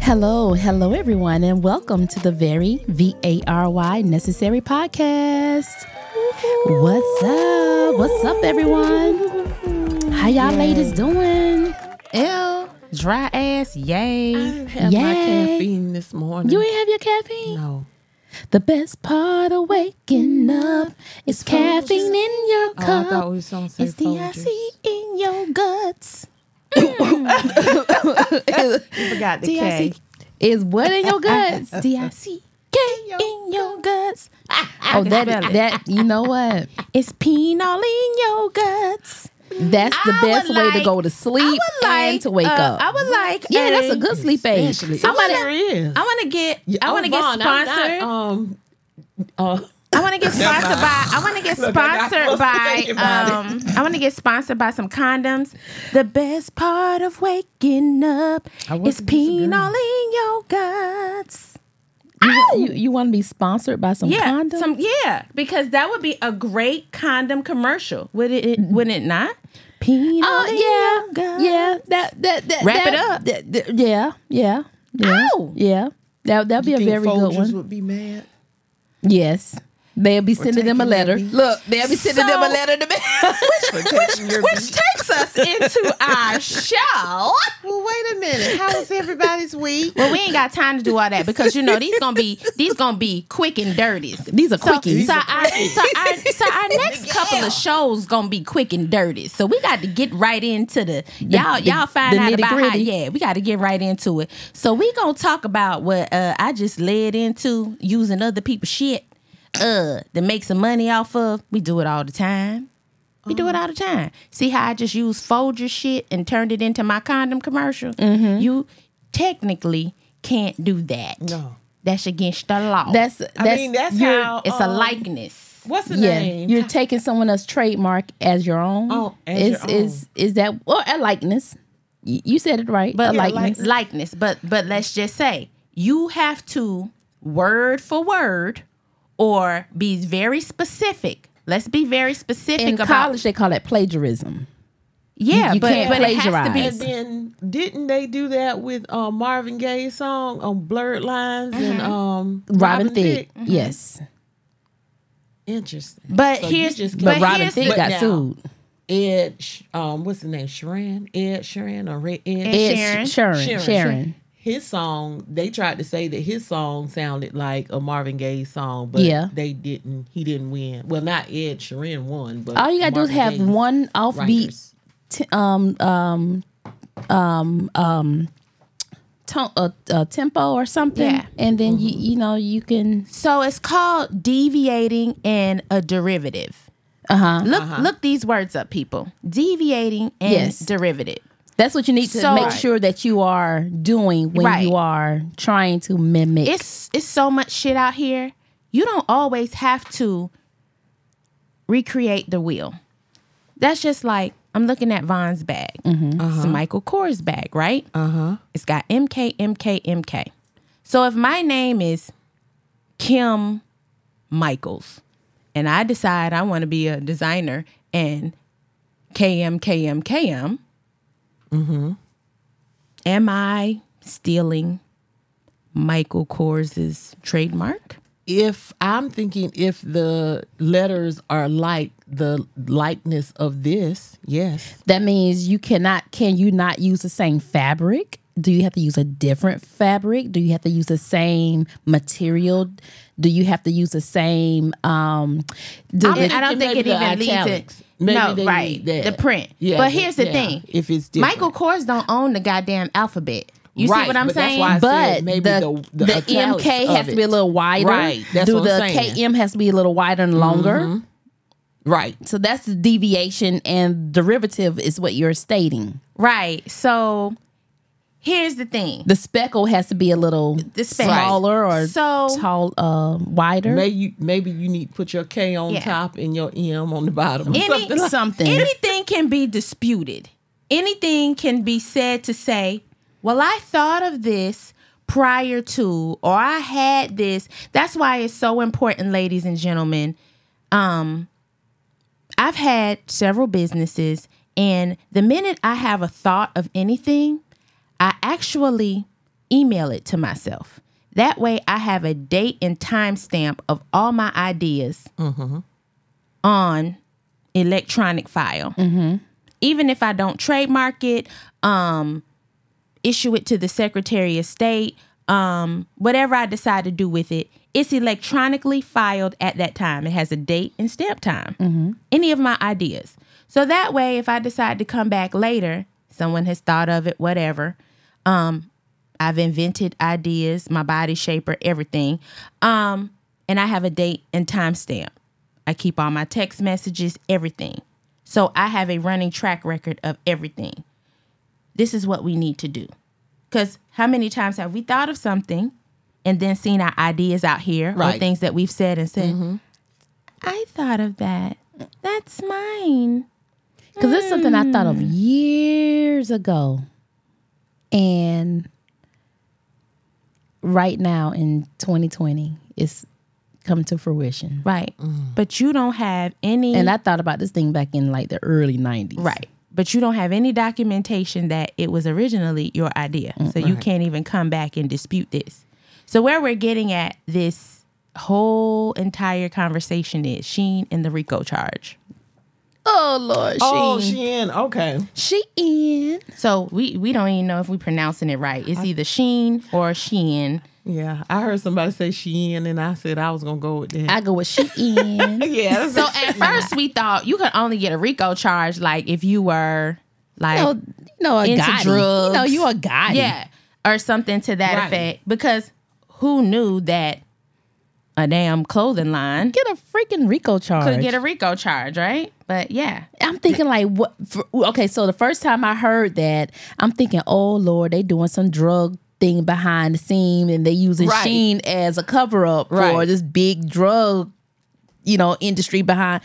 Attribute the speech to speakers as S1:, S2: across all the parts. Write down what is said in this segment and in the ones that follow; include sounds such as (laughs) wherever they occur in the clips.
S1: Hello, hello everyone, and welcome to the very V A R Y Necessary Podcast. What's up? What's up, everyone? How y'all ladies doing?
S2: L dry ass,
S3: I
S2: yay.
S3: didn't have my
S1: Yay.
S3: caffeine this morning.
S1: You ain't have your caffeine.
S3: no.
S1: The best part of waking up is caffeine in your
S3: Oh, I
S1: cup.
S3: thought we was on
S1: It's
S3: safe
S1: the IC in your guts.
S2: forgot the
S1: D-I-C is what in your
S2: (laughs)
S1: guts? D I C K in your guts. Oh, that
S2: spell it.
S1: that you know what? It's penal in your guts. That's the
S2: I
S1: best
S2: would
S1: way to
S2: like-
S1: go to sleep and to wake
S2: uh,
S1: up.
S2: I would like
S1: yeah, that's a
S2: a-
S1: good sleep aid.
S3: Actually,
S1: I wanna-
S3: sure is.
S2: I want to get I want to get
S3: Vaughn, I'm not,
S2: sponsored.
S3: um, uh,
S2: I want to get sponsored by I want to get
S3: Look, I got
S2: sponsored by
S3: frustrated about
S2: um I want to get sponsored by some condoms. The best part of waking up is
S3: wasn't
S2: penal in your guts.
S1: you, you want to be sponsored by some
S2: Yeah,
S1: condoms?
S2: some uh, yeah, because that would be a great condom commercial. Would it, it wouldn't it not? Penal
S1: oh
S2: in
S1: yeah,
S2: your guts.
S1: yeah. That that that
S2: Wrap it
S1: that-
S2: up.
S1: that- that- yeah, yeah, yeah,
S2: Ow!
S1: yeah. That that'd be a
S3: think
S1: very good
S3: Folgers
S1: one.
S3: would be mad.
S1: (laughs) Yes. They'll be sending them a
S3: taking their
S1: letter.
S3: beats.
S1: Look, they'll be sending them a
S2: So-
S1: letter to me.
S3: For taking your
S2: Which takes us into (laughs) our show.
S3: (laughs) well, wait a minute. How was everybody's week?
S2: Well, we ain't got time to do all that because you know these gonna be these gonna be quick and dirties.
S1: (laughs) These are
S2: So,
S1: quickies.
S2: so, our, so, our, so
S1: (laughs)
S2: our next couple of shows gonna be quick and dirty. So we got to get right into the y'all
S1: the-
S2: y'all find
S1: the
S2: out about how
S1: nitty-gritty.
S2: yeah we got to get right into it. So we gonna talk about what uh, I just led into using other people's shit uh to make some money off of. We do it all the time. We do it
S1: Uh-huh.
S2: all the time. See how I just used Folger shit and turned it into my condom commercial?
S1: Mm-hmm.
S2: You technically can't do that.
S3: No.
S2: That's against the law.
S1: That's uh-uh. that's
S3: I mean, that's
S1: you're-
S3: how.
S2: it's a
S3: um,
S2: likeness.
S3: What's the
S1: Yeah,
S3: name?
S1: you're taking someone else's trademark as your own.
S3: Oh, as
S1: is
S3: your
S1: is is that or a likeness? Y- You said it right. a
S2: But
S1: likeness.
S2: likeness. likeness. But but let's just say you have to word for word or be very specific. Let's be very specific
S1: In
S2: about
S1: college, they call it plagiarism.
S2: yeah,
S1: you
S2: but,
S1: can't
S2: but it has to be
S1: plagiarize.
S3: and then didn't they do that with um, Marvin Gaye's song on Blurred Lines and um,
S1: Mm-hmm. Robin, Thicke, yes,
S3: Interesting.
S2: But
S3: So you
S2: here's
S3: just
S1: but,
S3: But
S1: Robin
S2: here's
S1: Thicke
S2: the-
S1: got
S3: now-
S1: sued.
S3: Ed, Sh- um, what's the name? Sharon? Ed Sharon or Red Ed?
S2: Ed
S1: It's Sharon, Sharon,
S3: Sharon. His song, they tried to say that his song sounded like a Marvin Gaye song, but
S1: Yeah.
S3: they didn't. He didn't win. Well, not Ed Sharon won, but
S1: All you gotta do is
S3: Marvin
S1: have
S3: Gaye's
S1: one offbeat
S3: writers.
S1: t- um um um um to- uh, uh, tempo or something
S2: Yeah.
S1: and then
S3: Mm-hmm.
S1: you you know you can
S2: So it's called deviating and a derivative.
S1: uh-huh
S2: Look look these words up, people. Deviating and
S1: Yes.
S2: derivative.
S1: that's what you need to
S2: So-
S1: make sure that you are doing when
S2: Right.
S1: you are trying to mimic
S2: It's it's so much shit out here. You don't always have to recreate the wheel. That's just like I'm looking at Vaughn's bag. It's Michael Kors bag, right? Uh-huh. It's got MK, MK, MK. So if my name is Kim Michaels and I decide I want to be a designer and KM, KM, KM, am I stealing Michael Kors's trademark?
S3: If I'm thinking if the letters are like the likeness of this, yes.
S1: that means you cannot can you not use the same fabric do you have to use a different fabric do you have to use the same material do you have to use the same um do
S2: I, mean,
S1: the-
S2: I don't think
S3: maybe
S2: it
S3: the
S2: even leads
S3: italics.
S2: it.
S3: Maybe
S2: no,
S3: they
S2: right.
S3: need that.
S2: The print.
S3: Yeah,
S2: but
S3: the-
S2: here's the
S3: yeah,
S2: thing.
S3: if it's different.
S2: Michael Kors don't own the goddamn alphabet. You see
S3: Right,
S2: what I'm
S3: but that's
S2: saying?
S3: why I said
S1: but
S3: maybe
S1: the,
S3: the-
S1: the,
S3: the italics
S1: MK
S3: of
S1: has to be a
S3: it.
S1: little wider.
S3: Right, that's
S1: Do
S3: what I'm
S1: the
S3: saying. Mm-hmm.
S1: KM has to be a little wider and longer.
S3: Right.
S1: So that's the deviation and derivative is what you're stating.
S2: right. So here's the thing.
S1: The speckle has to be a little
S2: The speckle.
S1: smaller or
S2: So-
S1: tall, uh, wider.
S3: Maybe you, maybe you need to put your K on
S2: Yeah.
S3: top and your M on the bottom.
S2: Any-
S3: Something like-
S1: something.
S2: Anything can be disputed. Anything can be said to say, well, I thought of this prior to, or I had this. That's why it's so important, ladies and gentlemen. Um, I've had several businesses, and the minute I have a thought of anything, I actually email it to myself. That way, I have a date and time stamp of all my ideas on electronic file. Even if I don't trademark it, um, issue it to the Secretary of State, um, whatever I decide to do with it, it's electronically filed at that time. It has a date and stamp time. Any of my ideas. So that way, if I decide to come back later, someone has thought of it, whatever. Um, I've invented ideas, my body shaper, everything. Um, and I have a date and time stamp. I keep all my text messages, everything. So I have a running track record of everything this is what we need to do. Because how many times have we thought of something and then seen our ideas out here or
S3: Right.
S2: things that we've said and said, I thought of that. That's mine.
S1: Because it's something I thought of years ago. And right now in 2020, it's come to fruition.
S2: Right. But you don't have any.
S1: And I thought about this thing back in like the early 90s.
S2: right. But you don't have any documentation that it was originally your idea. So you can't even come back and dispute this. So, where we're getting at this whole entire conversation is Sheen and the RICO charge.
S1: Oh, Lord.
S3: Oh,
S1: she,
S3: she in. Okay.
S1: she in.
S2: So we we don't even know if we're pronouncing it right. It's either Sheen or Sheen.
S3: Yeah. I heard somebody say she in, and I said I was going to go with that.
S1: I go with she (laughs) in.
S3: yeah.
S2: (laughs) So at first we thought you could only get a RICO charge like if you were like
S1: you know, you know, a
S2: Into
S1: guy. You
S2: drugs.
S1: know, you a guy.
S2: yeah or something to that
S3: Right.
S2: effect because who knew that a damn clothing line
S1: Get a freaking Rico charge.
S2: could get a RICO charge, right? But yeah.
S1: (laughs) I'm thinking like what? For, okay, so the first time I heard that, I'm thinking, oh Lord, they doing some drug thing behind the scene, and they using
S3: Right.
S1: Sheen as a cover up for
S3: Right.
S1: this big drug, you know, industry behind.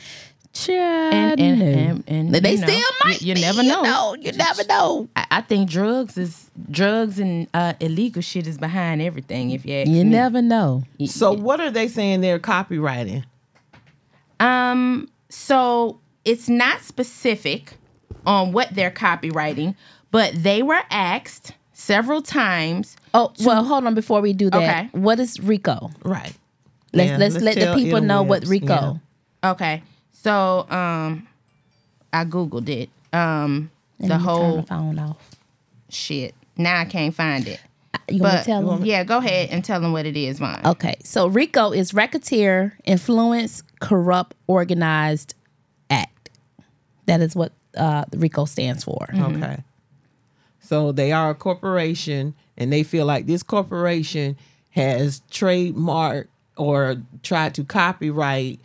S2: And-
S1: And,
S2: and- and- and,
S1: they
S2: you know,
S1: still might.
S2: you- you
S1: be,
S2: never know.
S1: You, you never know.
S2: I, I think drugs is drugs and uh, illegal shit is behind everything if you ask
S1: You
S2: me.
S1: never know.
S3: So what are they saying they're copywriting?
S2: Um, so it's not specific on what they're copywriting, but they were asked several times.
S1: Oh well, hold on before we do that.
S2: Okay.
S1: What is Rico?
S3: Right.
S1: Let's
S3: Yeah,
S1: let's, let the
S3: tell
S1: people know what
S3: interwebs.
S1: Rico.
S3: Yeah.
S2: Okay, so um, I googled it. Um,
S1: And
S2: the
S1: you turn
S2: whole
S1: the phone off. Uh,
S2: shit. Now I can't find it.
S1: You gonna
S2: But
S1: tell them?
S2: yeah, go ahead and tell them what it is, Vaughn.
S1: Okay, so RICO is racketeer, influence, corrupt, organized act. That is what uh, RICO stands for.
S3: Okay. So they are a corporation and they feel like this corporation has trademarked or tried to copyright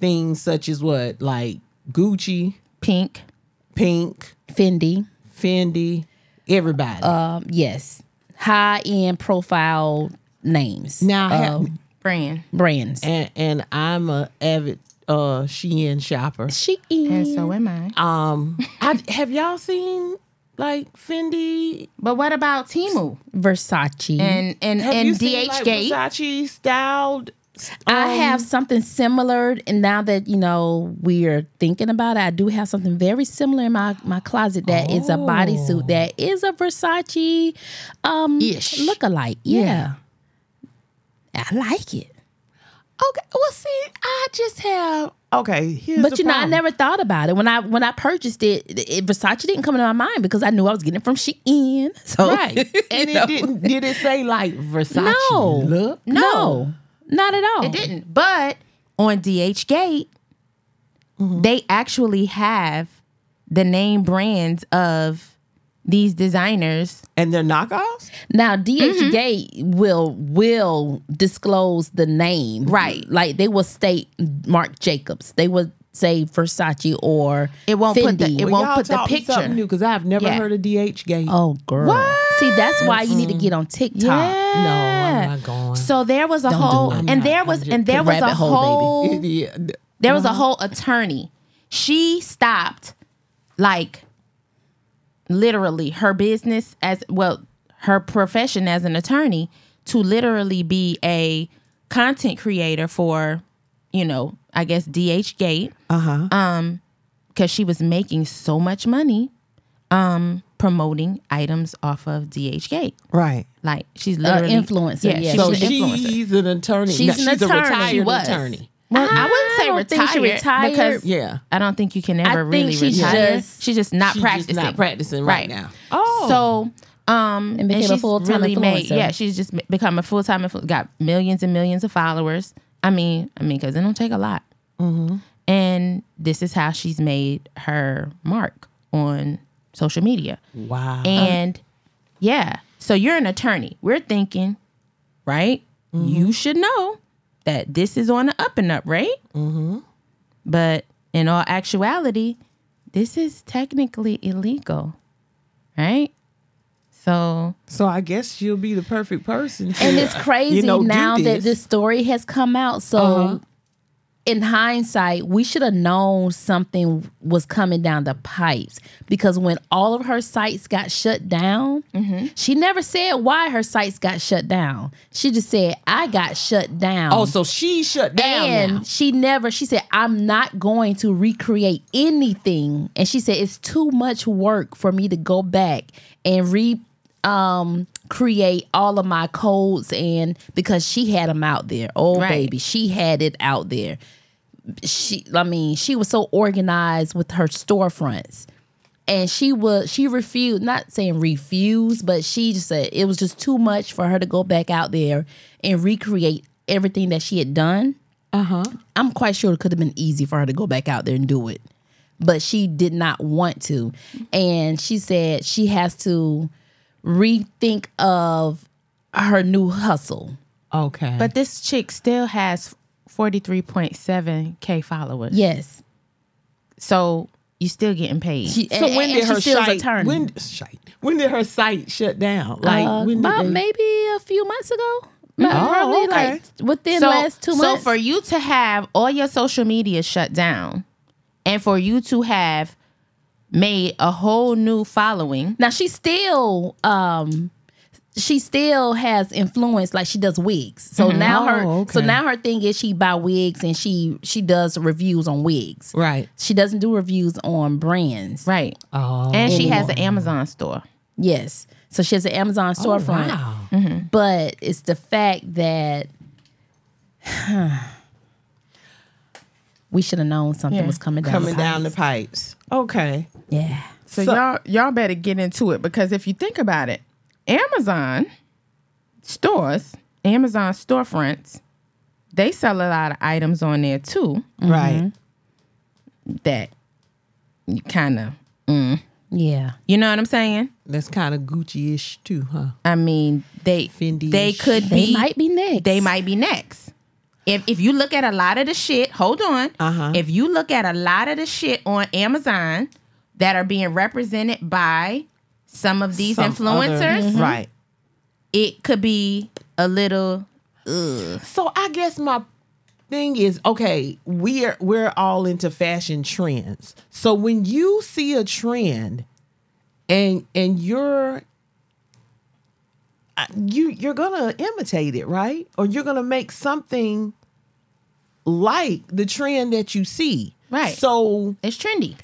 S3: things such as what? Like Gucci,
S2: Pink.
S3: Pink,
S1: Fendi,
S3: Fendi, everybody.
S1: um, yes, high end profile names.
S3: now ha-
S1: uh,
S2: Brand.
S1: brands.
S3: and and I'm a avid uh Shein shopper.
S1: She
S2: And
S1: is.
S2: so am I.
S3: Um I have y'all seen like Fendi
S2: But what about Timu
S1: Mm-hmm. Versace.
S2: and and
S3: Have you
S2: and
S3: seen,
S2: DH
S3: like,
S2: Gate?
S3: Versace styled
S1: I
S3: Um,
S1: have something similar, and now that you know we're thinking about it, I do have something very similar in my my closet That is a bodysuit that is a Versace um
S3: Oh. Ish.
S1: lookalike. Yeah. I like it,
S3: Okay. Well, see, I just have. Okay. Here's
S1: but
S3: the
S1: you know, I
S3: problem.
S1: never thought about it when I when I purchased it. it Versace didn't come into my mind because I knew I was getting it from Shein. (laughs) So
S3: Right. (laughs) And it didn't. Did it say like Versace
S1: No.
S3: look?
S1: no, not at all.
S2: It didn't. But on DH Gate, they actually have the name brands of these designers.
S3: And they're knockoffs.
S1: Now DHA
S2: Mm-hmm.
S1: will will disclose the name.
S2: Right.
S1: Like they will state Mark Jacobs. They will say Versace or
S2: It won't put the-
S1: Fendi.
S2: it won't- Well,
S3: Y'all
S2: put the
S3: taught me
S2: picture.
S3: Something new because I've never
S2: Yeah.
S3: heard of DH gate.
S1: oh girl. See, that's why you need to get on TikTok.
S3: No, I'm not going.
S2: So there was a whole
S1: do it.
S2: and
S3: I'm
S2: there
S3: not.
S2: was
S3: I'm just-
S2: and there
S1: the
S2: was a
S1: rabbit hole, baby.
S2: whole
S3: Yeah.
S2: there was a whole attorney. She stopped like literally her business as well her profession as an attorney to literally be a content creator for you know i guess dh gate uh-huh um because she was making so much money um promoting items off of dh gate
S3: Right.
S2: Like she's
S1: Uh,
S2: literally
S1: influencer. Yeah.
S2: she's
S3: So
S2: an influencer.
S3: she's an attorney.
S1: She's
S3: No,
S1: an
S3: she's a
S1: attorney.
S3: retired
S1: She was.
S3: attorney.
S2: Well, I wouldn't say
S1: don't think she retired.
S2: retired, because
S3: Yeah.
S2: I don't think you can
S1: think
S2: ever really
S1: she's
S2: retire.
S1: just-
S2: she's just not
S3: She's just
S2: practicing. Oh.
S3: not practicing right, now.
S2: So, um,
S1: And became a
S2: she's
S1: full-time
S2: really made-
S1: influencer.
S2: yeah, she's just m- become a full time. Got millions and millions of followers. I mean, I mean, because it don't take a lot.
S1: Mm-hmm.
S2: And this is how she's made her mark on social media.
S3: Wow.
S2: And yeah, so you're an attorney. We're thinking, right? You should know that this is on the up and up, right? Mm-hmm. But in all actuality, this is technically illegal, right? So
S3: so I guess she'll be the perfect person. To,
S1: And it's crazy
S3: you know, do
S1: now that
S3: this. Uh-huh.
S1: this story has come out. So, in hindsight, we should have known something was coming down the pipes because when all of her sites got shut down,
S3: Mm-hmm.
S1: she never said why her sites got shut down. She just said, I got shut down.
S3: Oh, so she shut down.
S1: and
S3: now.
S1: she never she said i'm not going to recreate anything and she said it's too much work for me to go back and re um create all of my codes and because she had them out there oh
S2: Right.
S1: baby she had it out there she i mean she was so organized with her storefronts and she was she refused not saying refused but she just said it was just too much for her to go back out there and recreate everything that she had done I'm quite sure it could have been easy for her to go back out there and do it, but she did not want to. And she said she has to rethink of her new hustle.
S3: Okay.
S2: But this chick still has 43.7K followers.
S1: Yes.
S2: So you still getting paid.
S1: She,
S3: so
S1: and,
S3: when
S1: and
S3: did
S1: she
S3: her
S1: still is
S3: site?
S1: attorney.
S3: When shite, when did her site shut down? Like
S1: Uh,
S3: when did
S1: about
S3: they- Mm. Oh,
S1: maybe a few months ago. Probably
S3: okay.
S1: like within last two months.
S2: So for you to have all your social media shut down, and for you to have made a whole new following,
S1: Now she still um she still has influence like she does wigs. So now her
S3: Oh,
S1: so
S3: okay.
S1: now her thing is she buy wigs and she she does reviews on wigs.
S3: right.
S1: She doesn't do reviews on brands.
S2: right?
S3: Oh,
S2: and she has an Amazon store.
S1: Yes. So she has an Amazon storefront.
S3: Oh, wow.
S1: But it's the fact that (sighs) we should have known something
S2: Yeah.
S1: was coming down.
S3: coming
S1: the
S3: down the
S1: pipes.
S3: pipes. Okay.
S1: Yeah.
S2: So,
S3: So-
S2: y'all y'all better get into it because if you think about it, Amazon stores, Amazon storefronts, they sell a lot of items on there too
S1: Mm-hmm.
S3: Right.
S2: that you kind of
S1: Yeah.
S2: you know what I'm saying?
S3: That's kind of Gucci-ish too, huh?
S2: I mean, they
S3: Fendi-ish.
S2: they could
S1: They
S2: be
S1: might be next.
S2: they might be next. If if you look at a lot of the shit, hold on.
S3: Uh-huh.
S2: If you look at a lot of the shit on Amazon that are being represented by some of these
S3: Some
S2: influencers,
S1: Mm-hmm.
S3: other- Mm-hmm. Right.
S2: it could be a little
S3: So I guess my thing is okay, we're we're all into fashion trends. So when you see a trend and and you're uh, you you're going to imitate it, right? Or you're going to make something like the trend that you see.
S2: Right.
S3: So
S2: it's trendy.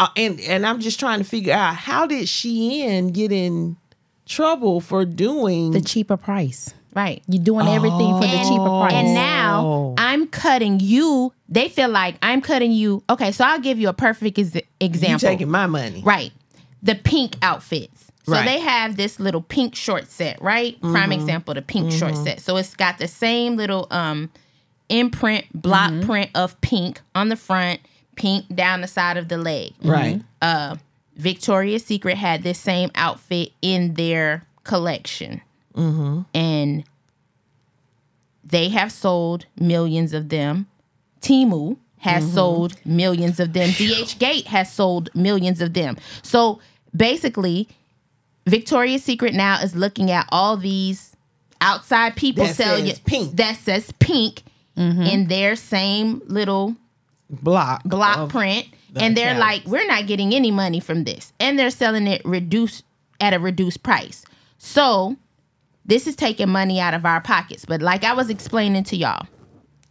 S3: uh, and and I'm just trying to figure out how did she in get in trouble for doing
S1: the cheaper price.
S2: Right.
S1: You're doing everything for the
S2: And-
S1: cheaper price.
S2: Oh. And now
S3: Oh.
S2: I'm cutting you. They feel like I'm cutting you. Okay, so I'll give you a perfect ex-
S3: you
S2: example.
S3: taking my money?
S2: Right. The pink outfits. So
S3: Right.
S2: they have this little pink short set, right? Prime example, the pink short set. So it's got the same little um imprint, block print of pink on the front, pink down the side of the leg.
S3: Right.
S2: Mm-hmm. Victoria's Secret had this same outfit in their collection.
S3: Mm-hmm.
S2: And they have sold millions of them. Timu has
S3: Mm-hmm.
S2: sold millions of them. DH Gate has sold millions of them. So basically, Victoria's Secret now is looking at all these outside people
S3: That
S2: sell
S3: says
S2: you-
S3: pink. Mm-hmm.
S2: that says pink in their same little
S3: Block.
S2: block
S3: of-
S2: print
S3: the
S2: and they're
S3: accounts.
S2: like we're not getting any money from this and they're selling it reduced at a reduced price so this is taking money out of our pockets but like i was explaining to y'all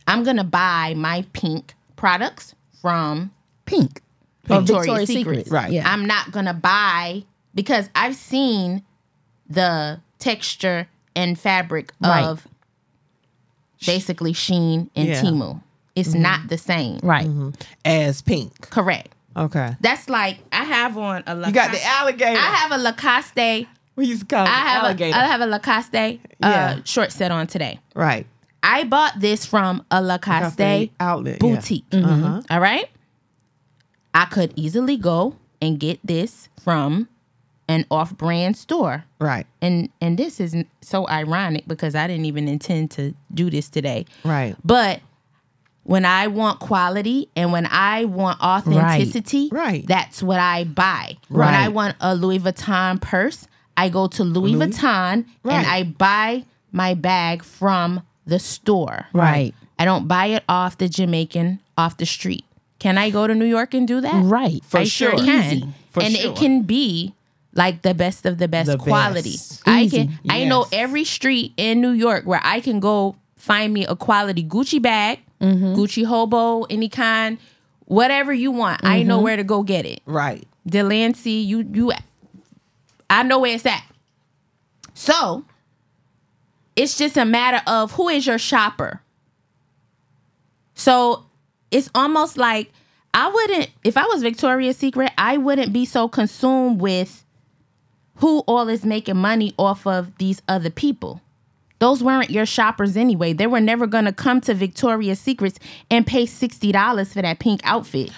S2: i'm gonna buy my pink products from
S1: pink.
S2: Pink.
S1: Or
S2: Victoria's Secret.
S3: Right.
S1: Yeah.
S2: i'm not gonna buy because i've seen the texture and fabric
S1: Right.
S2: of basically Sheen and
S3: Yeah.
S2: Timu. It's not the same.
S1: Mm-hmm. Right.
S3: as pink.
S2: Correct.
S3: Okay.
S2: That's like I have on a Lacoste.
S3: You got the alligator.
S2: I have a Lacoste.
S3: we used to call it
S2: I have
S3: alligator.
S2: a I have a Lacoste uh,
S3: Yeah.
S2: short set on today.
S3: right.
S2: I bought this from a Lacoste,
S3: Cafe outlet. yeah. Uh-huh.
S2: boutique. Mm-hmm. All right. I could easily go and get this from an off-brand store.
S3: Right.
S2: And and this is n- so ironic because I didn't even intend to do this today.
S3: Right.
S2: But when I want quality and when I want authenticity,
S3: Right.
S2: that's what I buy. When
S3: Right.
S2: I want a Louis Vuitton purse, I go to Louis, Vuitton
S3: Right.
S2: and I buy my bag from the store.
S1: Right.
S2: I don't buy it off the Jamaican off the street. Can I go to New York and do that?
S1: Right.
S3: For
S2: I
S3: sure.
S2: can.
S3: Easy. For
S2: and
S3: sure.
S2: it can be like the best of the best
S3: The
S2: quality.
S3: best.
S2: I
S1: Easy.
S2: can I know
S3: Yes.
S2: every street in New York where I can go find me a quality Gucci bag,
S3: Mm-hmm.
S2: Gucci hobo, any kind, whatever you want. I know
S3: Mm-hmm.
S2: where to go get it.
S3: Right.
S2: Delancey, you you I know where it's at. So it's just a matter of who is your shopper. So it's almost like I wouldn't if I was Victoria's Secret, I wouldn't be so consumed with who all is making money off of these other people. Those weren't your shoppers anyway. They were never gonna come to Victoria's Secrets and pay sixty dollars for that pink outfit.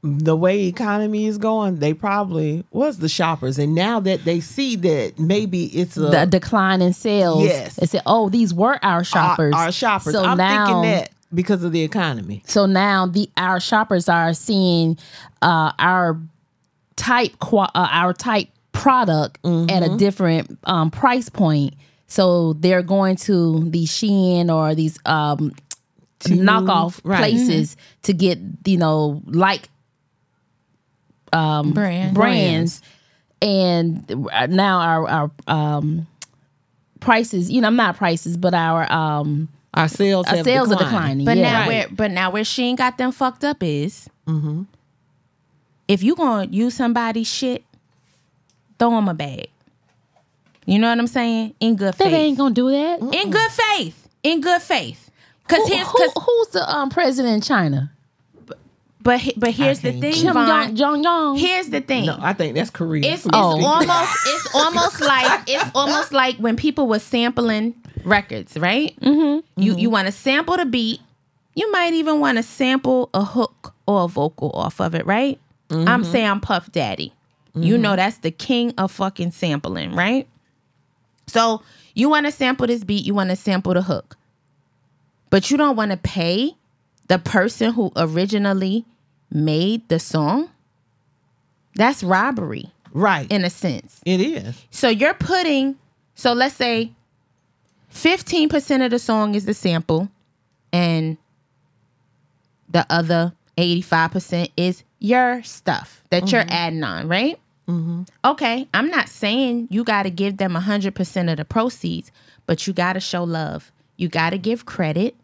S3: the way economy is going, they probably was the shoppers, and now that they see that maybe it's a
S1: the decline in sales.
S3: Yes.
S1: They said, oh, these were our shoppers.
S3: Our, our shoppers.
S1: So
S3: I'm
S1: now,
S3: thinking that because of the economy.
S1: So now the our shoppers are seeing uh, our type qua- uh, our type product at
S3: Mm-hmm.
S1: a different um, price point. So they're going to the Shein or these um, knockoff
S3: right. Mm-hmm.
S1: places to get you know like
S2: Brand.
S1: brands, and now our our um, prices. You know, not prices, but our um,
S3: Our sales
S1: our
S3: have
S1: sales
S3: declined.
S1: are declining.
S2: But
S1: yeah.
S2: now
S3: Right.
S2: where but now where Sheen got them fucked up is if you gonna use somebody's shit, throw them a bag. You know what I'm saying? In good
S1: they
S2: faith.
S1: ain't gonna do that.
S2: In good faith. In good faith. Cause
S1: Who-
S2: here's
S1: who-
S2: cause,
S1: who's the um, president in China?
S2: but he- but here's the
S3: can't
S2: thing,
S1: Kim
S2: Von.
S1: Jong Jong Yong.
S2: Here's the thing.
S3: No, I think that's Korea.
S2: it's it's
S1: Oh.
S2: almost (laughs) it's almost like it's almost like when people were sampling records, right? Mm-hmm. You you want to sample the beat. You might even want to sample a hook or a vocal off of it, right? I'm Sam Puff Daddy. You know that's the king of fucking sampling, right? So you want to sample this beat, you want to sample the hook, but you don't want to pay the person who originally made the song. That's robbery
S3: right.
S2: in a sense.
S3: it is
S2: So you're putting, so let's say 15% of the song is the sample and the other 85% is your stuff that you're adding on, right? Okay, I'm not saying you got to give them 100% of the proceeds, but you got to show love. You got to give credit.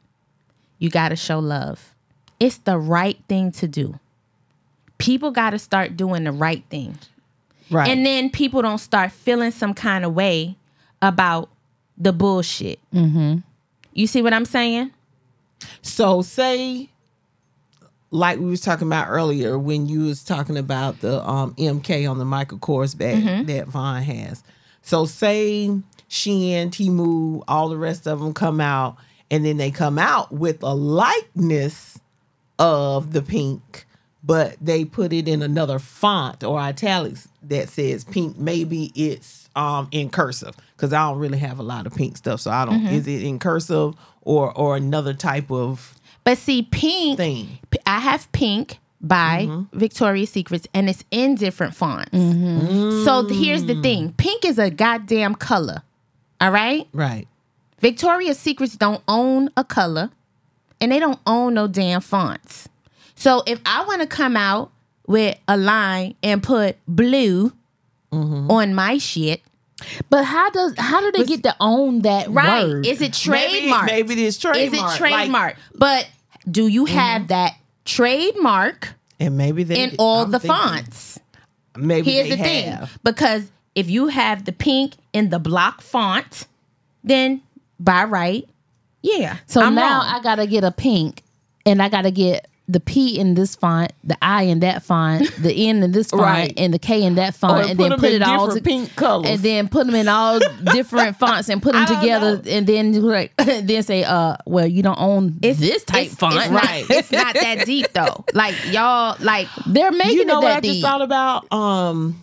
S2: You got to show love. It's the right thing to do. People got to start doing the right thing.
S3: right.
S2: And then people don't start feeling some kind of way about the bullshit. Mm-hmm. You see what I'm saying?
S3: so say, like we was talking about earlier, when you was talking about the um, MK on the Michael Kors bag that Vaughn has. So say Shein, Timu, all the rest of them come out, and then they come out with a likeness of the pink, but they put it in another font or italics that says pink. Maybe it's um in cursive because I don't really have a lot of pink stuff, so I don't. Is it in cursive or or another type of
S2: But see, pink.
S3: thing?
S2: p- I have pink by Victoria's Secrets, and it's in different fonts. Mm. So th- here's the thing: pink is a goddamn color. All right,
S3: Right,
S2: Victoria's Secrets don't own a color, and they don't own no damn fonts. So if I want to come out with a line and put blue on my shit,
S1: But how does how do they get to own that
S2: Right.
S1: word?
S2: Is it
S3: Maybe-
S2: trademark?
S3: Maybe, it is
S2: Is
S3: trademark.
S2: it
S3: like- Mm-hmm.
S2: trademark? but do you have that trademark
S3: and maybe they
S2: in all
S3: I'm
S2: the
S3: thinking
S2: fonts?
S3: Maybe
S2: Here's
S3: they
S2: the thing.
S3: have.
S2: Because if you have the pink in the block font, then by right, yeah.
S1: So
S2: I'm
S1: now
S2: wrong.
S1: I gotta get a pink, and I gotta get the P in this font, the I in that font, the N in this font,
S3: Right.
S1: and the K in that font,
S3: Or
S1: and
S3: put
S1: then
S3: them
S1: put it
S3: in
S1: all to
S3: different pink colors.
S1: and then put them in
S3: (laughs)
S1: all different fonts and put them
S2: I don't
S1: together,
S2: know.
S1: and then you like (coughs) then say, uh, well, you don't own this type
S2: It's-
S1: font, (laughs)
S2: it's not-
S3: Right.
S2: it's not that deep though. Like y'all, like
S1: They're making
S3: you know
S1: it
S3: what
S1: that
S3: I
S1: deep.
S3: just thought about? Um,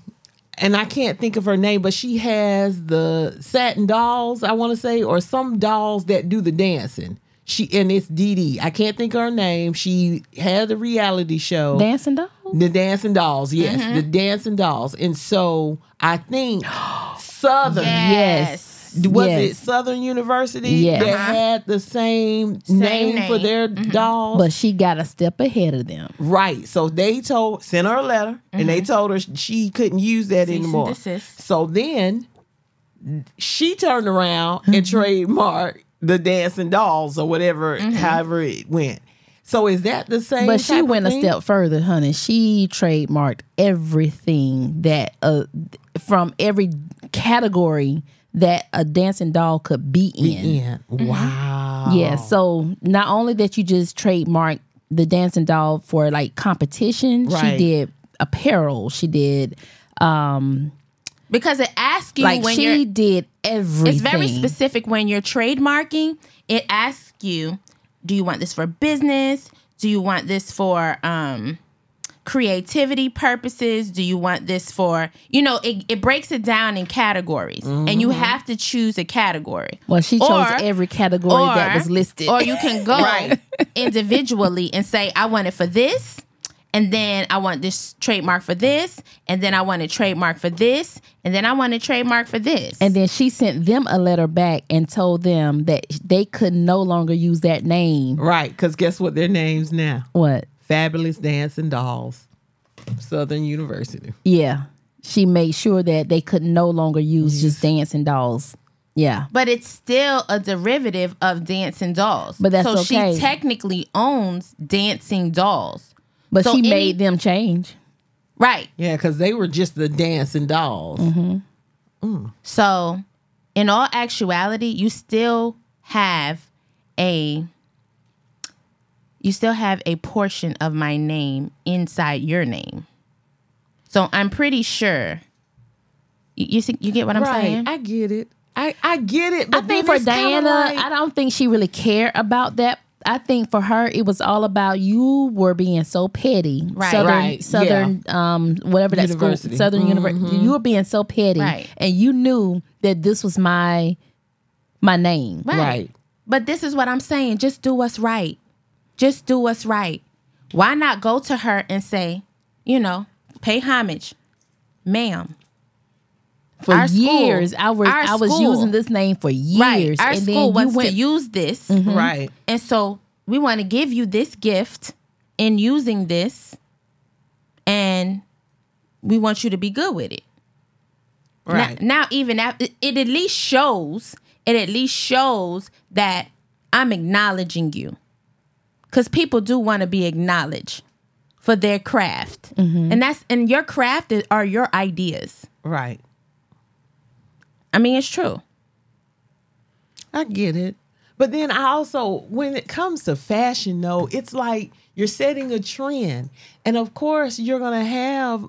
S3: and I can't think of her name, but she has the satin dolls, I want to say, or some dolls that do the dancing. She and it's Dee Dee. I can't think of her name. She had the reality show.
S1: Dancing doll.
S3: The dancing dolls, yes, the
S2: Mm-hmm.
S3: dancing dolls. And so I think (gasps) Southern
S1: Yes.
S3: was it
S1: Yes.
S3: Southern University
S1: Yes.
S3: that
S1: Uh-huh.
S3: had the same, name, for
S2: name. Mm-hmm.
S3: their dolls?
S1: But she got a step ahead of them.
S3: Right. So they told sent her a letter and they told her she couldn't use that
S2: Mm-hmm. and
S3: anymore.
S2: desist.
S3: So then she turned around and
S1: Mm-hmm.
S3: trademarked the dancing dolls or whatever,
S2: Mm-hmm.
S3: however it went. So is that the same?
S1: But she
S3: type of
S1: went a
S3: thing?
S1: step further, honey. She trademarked everything that uh from every category that a dancing doll could be in.
S3: Yeah.
S2: Mm-hmm.
S3: Wow.
S1: Yeah.
S2: Oh.
S1: So not only that you just trademark the dancing doll for like competition,
S3: Right.
S1: she did apparel. She did
S2: because it asks you
S1: like
S2: when you're
S1: she did everything.
S2: it's very specific when you're trademarking. It asks you, do you want this for business? Do you want this for um creativity purposes? Do you want this for you know, it, it breaks it down in categories and you
S1: Mm-hmm.
S2: have to choose a category.
S1: Well, she chose
S2: Or-
S1: every category that was listed.
S2: Or you
S1: (laughs)
S2: can go
S3: Right.
S2: individually and say, I want it for this, and then I want this trademark for this, and then I want a trademark for this, and then I want a trademark for this.
S1: And then she sent them a letter back and told them that they could no longer use that name.
S3: Right. Because guess what their names now?
S1: What?
S3: Fabulous Dancing Dolls, Southern University.
S1: Yeah. She made sure that they could no longer use just dancing dolls. Yeah.
S2: but it's still a derivative of dancing dolls.
S1: But that's
S2: so
S1: okay.
S2: she technically owns dancing dolls.
S1: But
S2: So
S1: she
S2: any-
S1: made them change.
S2: Right.
S3: Yeah, because they were just the dancing dolls.
S1: Mm-hmm.
S2: So, in all actuality, you still have a you still have a portion of my name inside your name. So I'm pretty sure. You you, see, you get what I'm
S3: right.
S2: saying?
S3: I get it. I, I get it.
S1: I
S3: But
S1: think
S3: then
S1: for
S3: it's kinda
S1: Diana,
S3: like-
S1: I don't think she really cared about that. I think for her, it was all about you were being so petty.
S2: Right. Mm-hmm.
S1: Southern,
S3: Right.
S1: Southern, um, whatever that
S3: University.
S1: school, Southern University. You were being so petty,
S2: Right.
S1: and you knew that this was my, my name.
S3: Right.
S2: But this is what I'm saying. Just do what's right. Just do what's right. Why not go to her and say, you know, pay homage, ma'am.
S1: For
S2: Our school-
S1: years, I was,
S2: our
S1: I was
S2: school-
S1: using this name for years,
S2: Right. Our
S1: and
S2: school
S1: then you
S2: wants
S1: went Mm-hmm.
S2: to use this.
S3: Right.
S2: And so we want to give you this gift in using this, and we want you to be good with it. Now-
S3: Right.
S2: Now, even after it at least shows, it at least shows that I'm acknowledging you. Cause people do want to be acknowledged for their craft. And that's and your craft is, are your ideas.
S3: Right.
S2: I mean, it's true.
S3: I get it. But then I also, when it comes to fashion, though, it's like you're setting a trend, and of course, you're gonna have,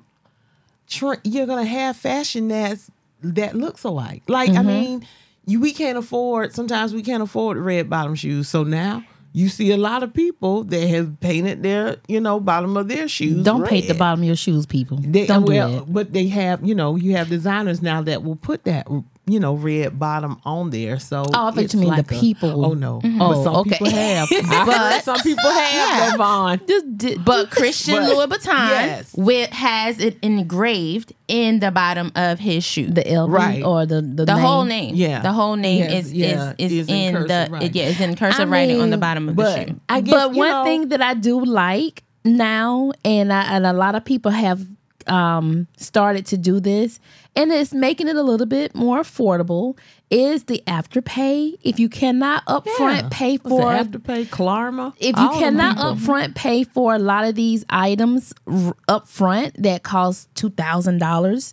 S3: tre- you're gonna have fashion that's that looks alike. Like
S1: Mm-hmm.
S3: I mean, you, we can't afford. Sometimes we can't afford red bottom shoes. So now you see a lot of people that have painted their, you know, bottom of their shoes.
S1: Don't paint the
S3: red.
S1: bottom of your shoes, people.
S3: They,
S1: Don't
S3: well,
S1: do that.
S3: but they have, you know, you have designers now that will put that, you know, red bottom on there. So
S1: Oh, I thought you
S3: it's
S1: mean the
S3: a-
S1: people.
S3: oh no, but
S1: Oh,
S3: some
S1: okay. (laughs)
S3: people have. (laughs) but some people have that Vaughn.
S1: Just did,
S2: But Christian
S3: But-
S2: Louis Vuitton
S3: yes.
S2: with, has it engraved in the bottom of his shoe.
S1: the LV
S3: Right.
S1: or the the,
S2: The whole name.
S3: Yeah.
S2: The whole name
S3: Yes,
S2: is,
S3: yeah,
S2: is, is,
S3: is in
S2: in, the
S3: cursive writing.
S2: yeah, is in cursive
S1: I
S2: writing on the
S1: mean,
S2: bottom of the
S3: But
S2: shoe.
S3: I guess
S1: but
S3: you
S1: one
S3: know,
S1: thing that I do like now, and I, and a lot of people have um, started to do this, and it's making it a little bit more affordable. Is the afterpay if you cannot upfront
S3: Yeah.
S1: pay
S3: What's
S1: for
S3: that, afterpay, Klarma.
S1: if you
S3: All them
S1: cannot
S3: people.
S1: upfront pay for a lot of these items r- upfront that cost two thousand dollars,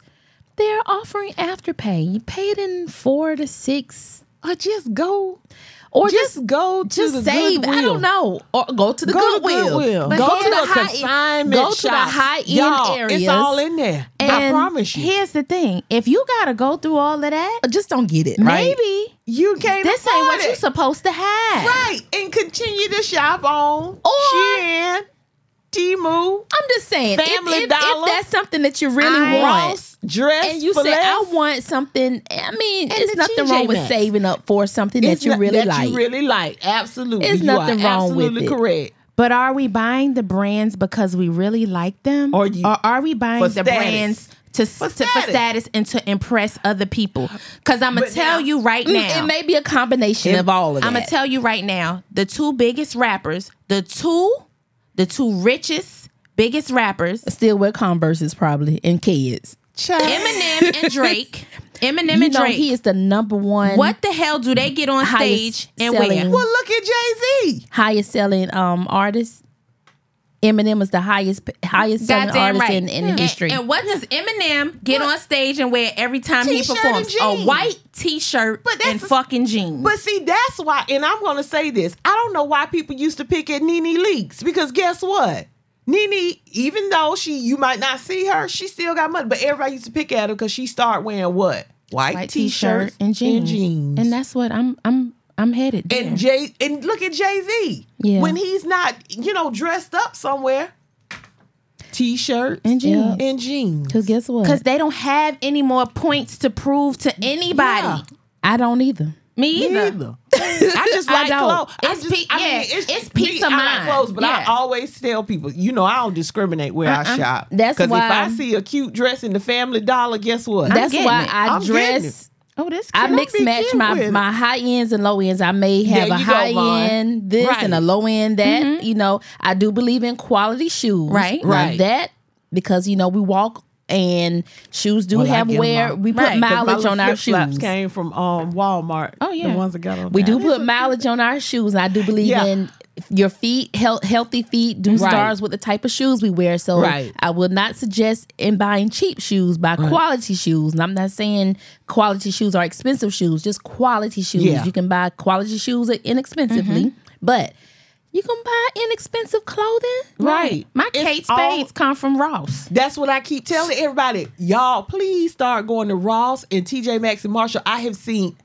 S1: They're offering afterpay. You pay it in four to six,
S3: Or Uh, just go,
S1: or
S3: just,
S1: just
S3: go to
S1: just
S3: the
S1: save. I
S3: Goodwill.
S1: don't know. Or go to the
S3: Go to
S1: Goodwill.
S3: Goodwill.
S1: But
S3: Go
S1: go
S3: to
S1: to
S3: the
S1: the high
S3: consignment
S1: Go to the
S3: shops.
S1: high
S3: Y'all,
S1: end areas.
S3: It's all in there. I
S1: And
S3: promise you.
S2: Here's the thing: if you gotta go through all of that,
S1: just don't get it. Right?
S2: maybe
S3: you can't
S2: this ain't
S3: afford
S2: what you're
S3: it.
S2: supposed to have.
S3: right and continue to shop on
S1: Or-
S3: Shein, Temu,
S1: I'm just saying. if-
S3: Family
S1: if, if,
S3: Dollar.
S1: that's something that you really
S2: I-
S1: want.
S3: Ross dress,
S1: and you
S3: for
S1: say I
S3: less.
S1: want something. I mean, it's
S3: the
S1: nothing
S3: TJ
S1: wrong with
S3: Maxx.
S1: saving up for something
S3: It's
S1: that you
S3: not-
S1: really
S3: that
S1: like.
S3: You really like. Absolutely.
S1: There's
S3: You
S1: nothing
S3: are
S1: wrong with
S3: absolutely
S1: it.
S3: correct.
S2: But are we buying the brands because we really like them,
S3: Or you-
S2: are we buying
S3: for
S2: the
S3: status.
S2: brands to for to, status.
S3: status.
S2: for status and to impress other people? Because I'm gonna
S3: But
S2: tell
S3: now-
S2: you right
S1: Mm,
S2: now,
S1: it may be a combination of all of that.
S2: I'm gonna tell you right now, the two biggest rappers, the two, the two richest, biggest rappers,
S1: Still wear Converse's probably and kids.
S2: Eminem and Drake. Eminem
S1: You
S2: and
S1: know
S2: Drake.
S1: he is the number one.
S2: what the hell do they get on
S1: Highest
S2: stage and
S1: selling.
S2: wear?
S3: Well, look at Jay Z.
S1: highest selling um artist? Eminem is the highest highest selling
S2: Goddamn
S1: artist
S2: right.
S1: in, in
S2: And-
S1: history.
S2: And, what does Eminem get on stage and wear every time
S3: T-shirt
S2: he
S3: and
S2: performs?
S3: jeans.
S2: A white t-shirt
S3: But that's
S2: and
S3: a-
S2: fucking jeans.
S3: But see, that's why, and I'm going to say this. I don't know why people used to pick at Nene Leaks because guess what? Nene, even though she, you might not see her, she still got money. But everybody used to pick at her because she started wearing what? White,
S2: White
S3: t-shirts
S2: t-shirt and jeans.
S3: And
S2: And
S3: jeans.
S2: that's what I'm I'm I'm headed. there.
S3: And Jay and look at Jay Z.
S1: Yeah.
S3: When he's not, you know, dressed up somewhere, t-shirt
S2: And jeans.
S3: and jeans.
S1: Cause guess what?
S2: Cause they don't have any more points to prove to anybody.
S3: Yeah.
S1: I don't either.
S2: Me
S3: Me (laughs)
S2: either.
S3: either. I just
S2: I
S3: like
S2: don't.
S3: clothes. I
S2: It's
S3: just,
S2: pe-
S3: I
S2: yeah, it's peace
S3: me,
S2: of
S3: I
S2: mind.
S3: like clothes, but I
S2: Yeah.
S3: always tell people, you know, I don't discriminate where I shop.
S1: That's
S3: because if
S1: why-
S3: I see a cute dress in the Family Dollar, guess what?
S1: That's
S2: getting
S1: why
S2: it.
S1: I
S3: I'm getting it.
S1: dress.
S2: Oh, this
S1: I
S2: cute.
S1: mix
S3: be
S1: match
S3: cute with
S1: my,
S3: it.
S1: my high ends and low ends. I may have
S3: There
S1: a
S3: you go,
S1: high
S3: Vaughn.
S1: end this
S3: Right. Mm-hmm.
S1: and a low end that. You know, I do believe in quality shoes.
S2: Right.
S1: Now
S3: Right.
S1: That because you know we walk and shoes do
S3: Well, I
S1: have
S3: get 'em
S1: wear.
S3: all.
S1: We put
S2: Right, 'cause my
S1: mileage
S3: little
S1: on our
S3: flip-flops
S1: shoes.
S3: Came from um, Walmart.
S2: Oh, yeah.
S3: the ones that got on.
S1: We
S3: there.
S1: do put mileage on our shoes. I do believe
S3: Yeah.
S1: in your feet, health, healthy feet, do
S3: Right.
S1: stars with the type of shoes we wear. So
S3: Right.
S1: I will not suggest in buying cheap shoes, buy quality shoes. And I'm not saying quality shoes are expensive shoes, just quality shoes.
S3: Yeah. Mm-hmm.
S1: You can buy quality shoes inexpensively, but you can buy inexpensive clothing.
S3: right.
S2: My
S3: It's
S2: Kate
S3: all-
S2: Spades come from Ross.
S3: That's what I keep telling everybody. Y'all, please start going to Ross and TJ Maxx and Marshall. I have seen,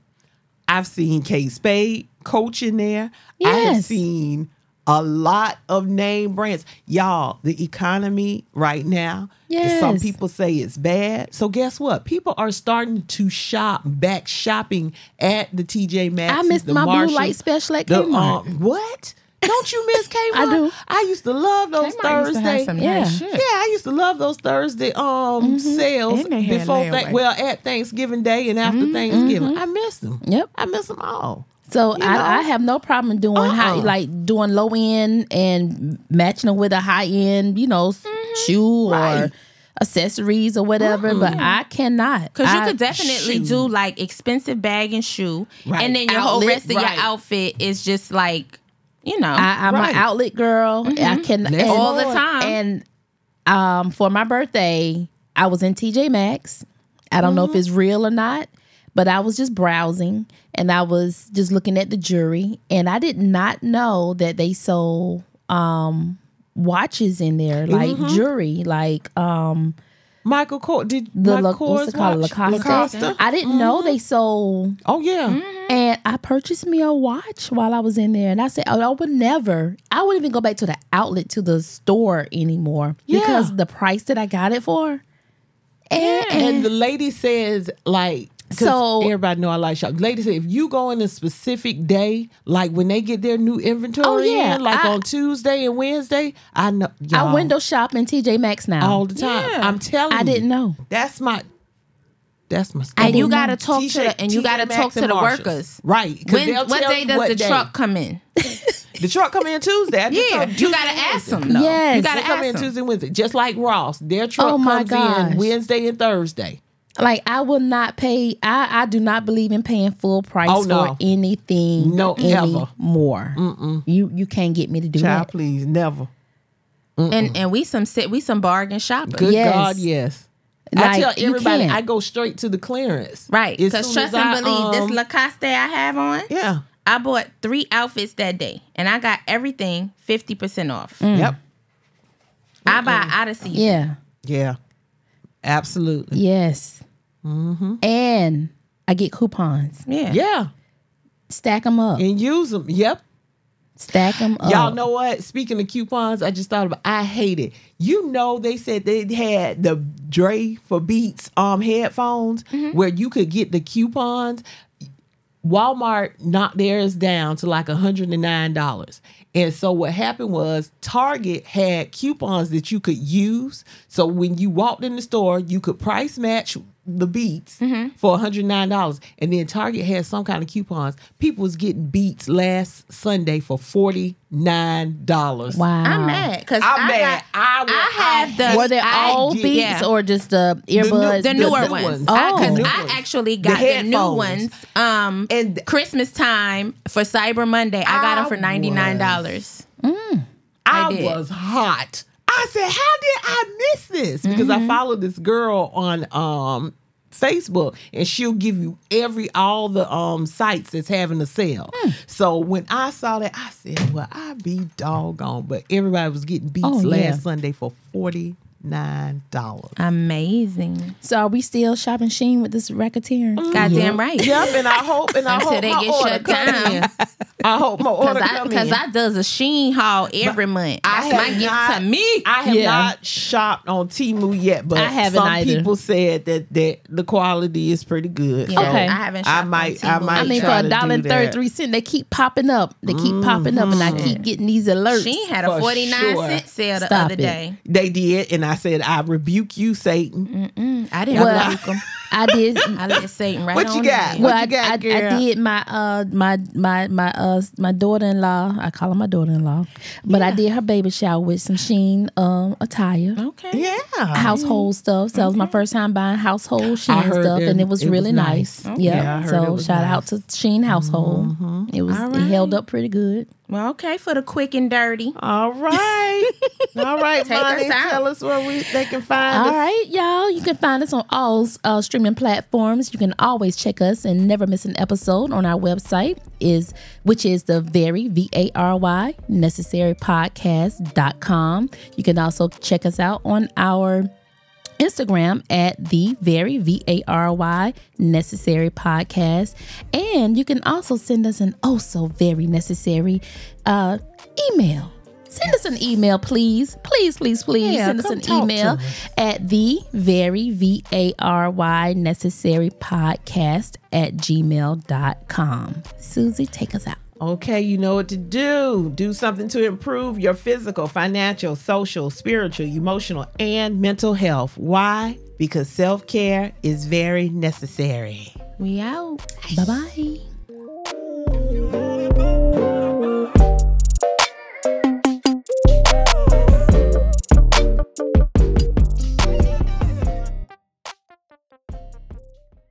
S3: I've seen Kate Spade Coach in there. I have
S1: Yes.
S3: seen a lot of name brands. Y'all, the economy right now.
S1: Yes.
S3: Some people say it's bad. So guess what? People are starting to shop back shopping at the TJ Maxx.
S1: I missed
S3: the
S1: my
S3: Marshalls,
S1: blue light special at
S3: the,
S1: Kmart.
S3: um, what? Don't
S1: (laughs)
S3: you miss Kmart?
S1: I do.
S3: I used to love those Thursday.
S1: Yeah.
S3: Yeah, I used to love those Thursday
S1: Mm-hmm.
S3: um sales
S2: And they had
S3: before
S2: layaway.
S3: thank well at Thanksgiving Day and after Thanksgiving. I miss them.
S1: Mm-hmm, Yep.
S3: I miss them all.
S1: So
S3: know?
S1: I, I have no problem doing high,
S3: Uh-uh.
S1: like doing low end and matching them with a high end, you know, s- shoe or
S3: Mm-hmm. Right. Mm-hmm.
S1: accessories or whatever. But I cannot
S2: Cause you
S1: I-
S2: could definitely
S3: shoot.
S2: do like expensive bag and shoe,
S3: Right.
S2: and then your whole
S1: Outlet,
S2: rest of
S3: right.
S2: your outfit is just like, you know,
S1: I, I'm
S3: Right. Mm-hmm.
S1: an outlet girl. I can
S3: Yes,
S1: and-
S2: All the time.
S1: And um, for my birthday, I was in TJ Maxx. I don't
S3: Mm-hmm.
S1: know if it's real or not, but I was just browsing and I was just looking at the jewelry, and I did not know that they sold um, watches in there, like
S3: Mm-hmm.
S1: jewelry, like um,
S3: Michael Kors did
S1: the
S3: Michael
S1: La, what's
S3: Kors
S1: it called,
S3: watch?
S1: Lacoste. Mm-hmm.
S3: Lacoste? Mm-hmm.
S1: I didn't know they sold
S3: oh yeah.
S1: and I purchased me a watch while I was in there. And I said, oh, I would never, I wouldn't even go back to the outlet to the store anymore because
S3: Yeah.
S1: the price that I got it for. And,
S3: And the lady says like 'cause
S1: So-
S3: everybody know I like shop. Lady said if you go in a specific day, like when they get their new inventory,
S1: Oh, yeah.
S3: in, like
S1: I-
S3: on Tuesday and Wednesday, I know
S1: I
S3: y'all,
S1: window shop in TJ Maxx now.
S3: all the time.
S2: Yeah.
S3: I'm telling
S1: I
S3: you.
S1: didn't know.
S3: That's my. That's my.
S2: and you
S3: stubborn-
S2: gotta talk to
S3: T-shirt-
S2: the, and you
S3: T-shirt
S2: gotta talk
S3: Maxx
S2: to
S3: and
S2: the
S3: Marshalls.
S2: workers.
S3: right? 'cause
S2: When,
S3: they'll
S2: what
S3: tell
S2: day
S3: you
S2: does
S3: what
S2: the
S3: day.
S2: truck come in?
S3: The truck come in Tuesday. I just
S2: (laughs) Yeah,
S3: told
S2: you gotta
S3: Tuesday,
S2: ask
S3: Wednesday.
S2: them. Though.
S1: Yes.
S2: you
S3: They
S2: gotta
S3: come
S2: ask
S3: in
S2: them.
S3: Tuesday, and Wednesday, just like Ross. Their truck
S1: Oh, my
S3: comes
S1: gosh.
S3: in Wednesday and Thursday.
S1: Like, I will not pay, I, I do not believe in paying full price
S3: Oh, no.
S1: for anything
S3: No, ever.
S1: anymore. You, you can't get me to do
S3: Child,
S1: that.
S3: please never.
S2: And and we some sit, we some bargain shoppers.
S3: Good
S1: Yes.
S3: God, yes.
S1: Like,
S3: I tell
S1: you
S3: everybody
S1: can't.
S3: I go straight to the clearance.
S2: Right.
S3: As
S2: Because
S3: soon as
S2: trust
S3: I,
S2: and believe,
S3: um,
S2: this Lacoste I have on,
S3: Yeah.
S2: I bought three outfits that day and I got everything 50% off.
S3: Yep.
S2: I buy out of season.
S1: yeah.
S3: Mm. Yeah. Absolutely.
S1: Yes.
S3: Mm-hmm.
S1: And I get coupons.
S2: Yeah.
S3: Yeah.
S1: Stack them up.
S3: And use them. Yep.
S1: Stack them up.
S3: Y'all know what? Speaking of coupons, I just thought about. I hate it. You know, they said they had the Dre for Beats um headphones where you could get the coupons. Walmart knocked theirs down to like $109. And so what happened was Target had coupons that you could use. So when you walked in the store, you could price match the beats
S2: Mm-hmm.
S3: for $109. And then Target had some kind of coupons. People was getting beats last Sunday for $49.
S1: Wow.
S2: I'm mad because
S3: I'm
S2: I
S3: mad.
S2: got-
S3: I will-
S2: I have
S3: I-
S2: the
S1: Were they
S2: I-
S1: all
S3: did-
S1: beats
S2: yeah.
S1: or just the earbuds?
S2: the
S3: the
S2: newer
S3: new
S2: ones.
S3: ones.
S1: Oh.
S2: Because
S1: The
S3: new
S2: I,
S3: ones.
S2: actually
S3: The
S2: got the, new
S3: headphones.
S2: ones. Um,
S3: And
S2: Christmas time for Cyber Monday, I got them for
S3: I
S2: ninety nine dollars.
S3: I,
S2: did.
S3: was hot. I said, "How did I miss this?" Because
S2: Mm-hmm.
S3: I follow this girl on um Facebook, and she'll give you every all the um sites that's having a sale.
S2: Hmm.
S3: So when I saw that, I said, "Well, I be doggone!" But everybody was getting beats
S1: Oh,
S3: last
S1: yeah.
S3: Sunday for forty nine dollars.
S2: Amazing,
S1: So are we still shopping Sheen with this racketeering?
S3: Mm-hmm.
S2: Mm-hmm. goddamn right.
S3: Yep, and I hope
S2: (laughs)
S3: and I
S2: Until
S3: hope
S2: they
S3: my
S2: get
S3: order
S2: shut
S3: come
S2: down.
S3: in. I hope my order
S2: Cause I,
S3: come
S2: cause
S3: in.
S2: I does a sheen haul every month. That's
S3: have
S2: my gift
S3: not-
S2: to me.
S3: I have
S1: Yeah.
S3: not shopped on Timu yet, but
S1: I haven't
S3: some
S1: either.
S3: people said that, that the quality is pretty good.
S2: Yeah,
S3: So
S1: Okay.
S2: I haven't.
S3: I
S2: shopped on
S3: might, I
S2: Temu.
S3: might.
S1: I mean, for
S3: try
S1: a
S3: to
S1: dollar
S3: do
S1: and
S3: that.
S1: thirty three cent, they keep popping up. They keep popping up, and
S2: Mm-hmm.
S1: I keep getting these alerts.
S2: She had a
S3: For
S2: forty nine cent
S3: sure.
S2: sale the
S1: Stop
S2: other
S1: it.
S2: day.
S3: They did, and I said, "I rebuke you, Satan."
S2: I didn't
S1: Well-
S2: rebuke 'em.
S1: I did. (laughs)
S2: I
S3: (laughs)
S2: let Satan right
S3: What you
S2: on
S3: got?
S2: in.
S1: Well,
S3: What
S1: I,
S3: you got,
S1: I, I
S3: girl?
S1: did my uh my my my uh my daughter in law. I call her my daughter in law, but I did her baby shower with some Sheen um attire.
S2: Okay.
S3: Yeah,
S1: household stuff. So that was my first time buying household Sheen
S3: Mm-hmm. I heard
S1: stuff,
S3: that
S1: and it was
S3: it was
S1: really nice.
S3: nice.
S1: Yeah.
S3: Yeah, I heard it
S1: so
S3: was Mm-hmm.
S1: shout out to Sheen household. It was
S2: All
S1: it
S2: right.
S1: held up pretty good.
S2: Well, okay for the quick and dirty.
S1: (laughs)
S3: All right, all right,
S2: Take us
S3: Bonnie,
S2: out.
S3: tell us where we they can find
S1: All
S3: us.
S1: right, y'all. You can find us on all uh, streaming platforms. You can always check us and never miss an episode on our website is which is the very v a r y necessary podcast.com. You can also check us out on our Instagram at the very V A R Y necessary podcast. And you can also send us an oh so very necessary uh, email. Send us an email, please. Please, please, please.
S3: Yeah,
S1: send us
S3: come
S1: an
S3: talk to
S1: email at the very V A R Y necessary podcast at gmail.com. Susie, take us out.
S3: Okay, you know what to do. Do something to improve your physical, financial, social, spiritual, emotional, and mental health. Why? Because self care is very necessary.
S2: We out.
S1: Bye bye.